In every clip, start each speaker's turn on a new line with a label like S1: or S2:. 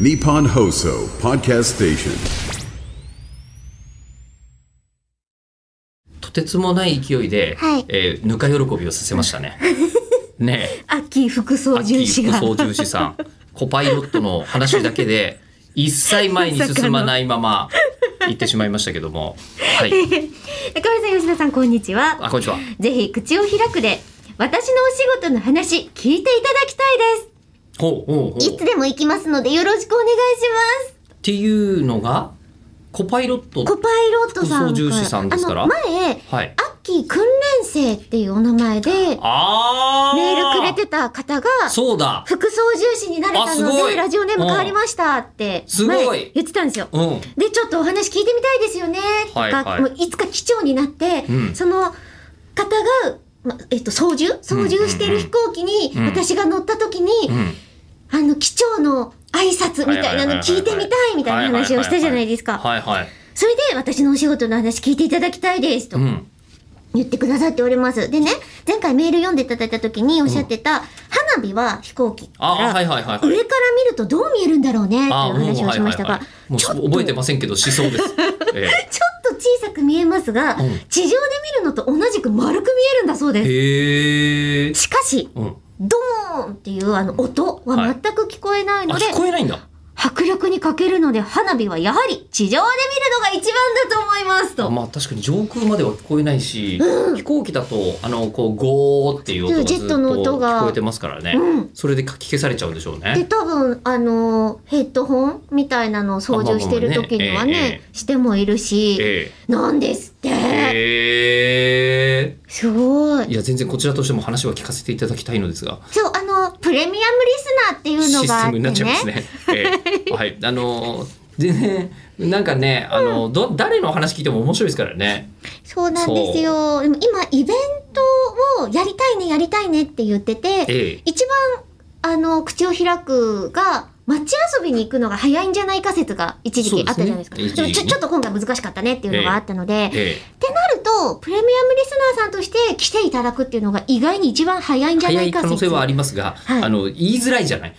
S1: Nippon Hoso Podcast Station.
S2: とてつもない勢いで、
S3: はい
S2: えーぬか喜びをさせました ね。ねえ、
S3: 秋副
S2: ア
S3: 操
S2: ッキ
S3: 縦士
S2: ー
S3: が
S2: 副操縦士さん、コパイロットの話だけ で、一切前に進まないまま行ってしまいましたけども。はい。
S3: 中村さん吉田さんこんにちは
S2: あ、こんにちは。
S3: ぜひ口を開くで私のお仕事の話聞いていただきたいで
S2: ほうほうほ
S3: す
S2: う。
S3: いつでも行きますのでよろしくお願いします
S2: っていうのが、コパイロット。
S3: コパイロットさん
S2: 副操縦士さんですから
S3: あの前
S2: はい。
S3: アッキー訓練生っていうお名前で
S2: あー
S3: メールくれてた方が
S2: そうだ。
S3: 副操縦士になれ
S2: あ
S3: た
S2: す
S3: の
S2: ごい
S3: でラジオネーム変わりましたって
S2: すごい
S3: 前言ってたんですよ
S2: うん。
S3: でちょっとお話聞いてみたいですよねとか、
S2: はいいはい
S3: もういつか機長になって、
S2: うん
S3: その方が、まえっと、操縦操縦してる飛行機に
S2: うん
S3: 私が乗った時に、
S2: うん。
S3: あの機長の挨拶みたいなの聞いてみたいみたいな話をしたじゃないですか。
S2: はいはい。
S3: それで私のお仕事の話聞いていただきたいですと
S2: うん。
S3: 言ってくださっております。でね、前回メール読んでいただいた時におっしゃってた、花火は飛行機か
S2: あ、
S3: ら
S2: はい
S3: 上
S2: はいはい
S3: から
S2: はい。
S3: 見るとどう見えるんだろうねっていう
S2: あ、
S3: 話をしました
S2: はい
S3: が
S2: はいはい、もう
S3: ちょっと
S2: 覚えてませんけど、しそうです。ええ
S3: ちょっと小さく見えますが、
S2: うん
S3: 地上で見るのと同じく丸く見 えるんだそうです。
S2: へえ。
S3: しかし、
S2: うん。
S3: ドーンっていうあの音は全く聞こえない
S2: あ、
S3: ので、
S2: 聞こえないんだ。
S3: 迫力に欠けるので花火はやはり地上で見るのが一番だと思いますと。
S2: まあ確かに上空までは聞こえないし、飛行機だとあのこうゴーっていう音が
S3: ジ
S2: ず
S3: ェ
S2: っ
S3: ッ
S2: と
S3: トの音が
S2: 聞こえてますからね。
S3: うん
S2: それでかき消されちゃうんでしょう
S3: で
S2: ね。
S3: 多分あのヘッドホンみたいなのを操縦してる時にはね,、
S2: あまあまあねえ
S3: してもいるし、
S2: え
S3: なんですって、
S2: え。え
S3: すご
S2: え。
S3: い
S2: いや全然こちらとしても話は聞かせていただきたいのですが、
S3: そうあのプレミアムリスナーっていうの
S2: シス
S3: があっ
S2: テ
S3: て
S2: ムになっちゃいます
S3: ね
S2: ね。え え、はい。あのでね、なんかね、あの、ど誰の話聞いても面白いですからね。
S3: そうなんですよ。でも今イベントをやりたいねやりたいねって言ってて、
S2: ええ。
S3: 一番あの口を開くが街遊びに行くのが早いんじゃないか説が一時
S2: そう
S3: 期
S2: で
S3: あ
S2: す
S3: った
S2: ね
S3: じゃないですか。で
S2: 一時期
S3: も
S2: ね
S3: ちょちょっと今回難しかったねっていうのがあったので、っ
S2: え
S3: てなるとプレミアムリスナーさんとして来ていただくっていうのが意外に一番早いん
S2: え、
S3: じゃ
S2: 早
S3: ないいか
S2: 可能
S3: 説
S2: 性。はありますが、
S3: はい
S2: あの言いづらいじゃない。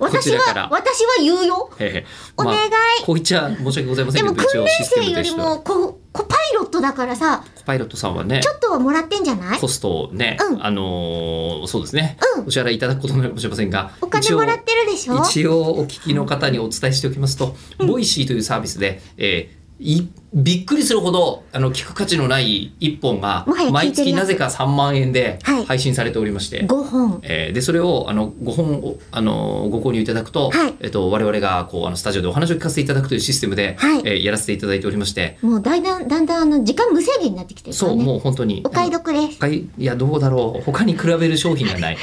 S2: こち
S3: 私
S2: らから
S3: は私は言うよ。
S2: ええ
S3: お願い
S2: こう言っちゃ申し訳ございませ
S3: で
S2: んけ
S3: も
S2: ど、
S3: 訓練生よ
S2: し
S3: り
S2: て
S3: もこコパイロットだからさ、
S2: パイロットさんはね
S3: ち、ょっとはもらってんじゃない？
S2: コストをね、
S3: うん
S2: あのーそうですね、
S3: うん
S2: お支払いいただくことになるかもしれませんが、
S3: お金もらってるでし
S2: 一応
S3: ょ？
S2: 一応お聞きの方にお伝えしておきますと、ボイシーというサービスで、えーいびっくりするほどあの聞く価値のない一本が
S3: もはや聞
S2: 毎
S3: いて
S2: 月
S3: るやつ
S2: なぜか3万円で
S3: はい
S2: 配信されておりまして、
S3: 5本。
S2: えーでそれをあのご本をあのご購入いただくと、
S3: はい
S2: えっと我々がこうあのスタジオでお話を聞かせていただくというシステムで、
S3: はい
S2: えーやらせていただいておりまして、
S3: もうだんだんだんだんあの時間無制限になってきてるか
S2: そ
S3: ら
S2: う
S3: ね。
S2: もう本当に
S3: お買い得です。
S2: 他いいやどうだろう他に比べる商品がない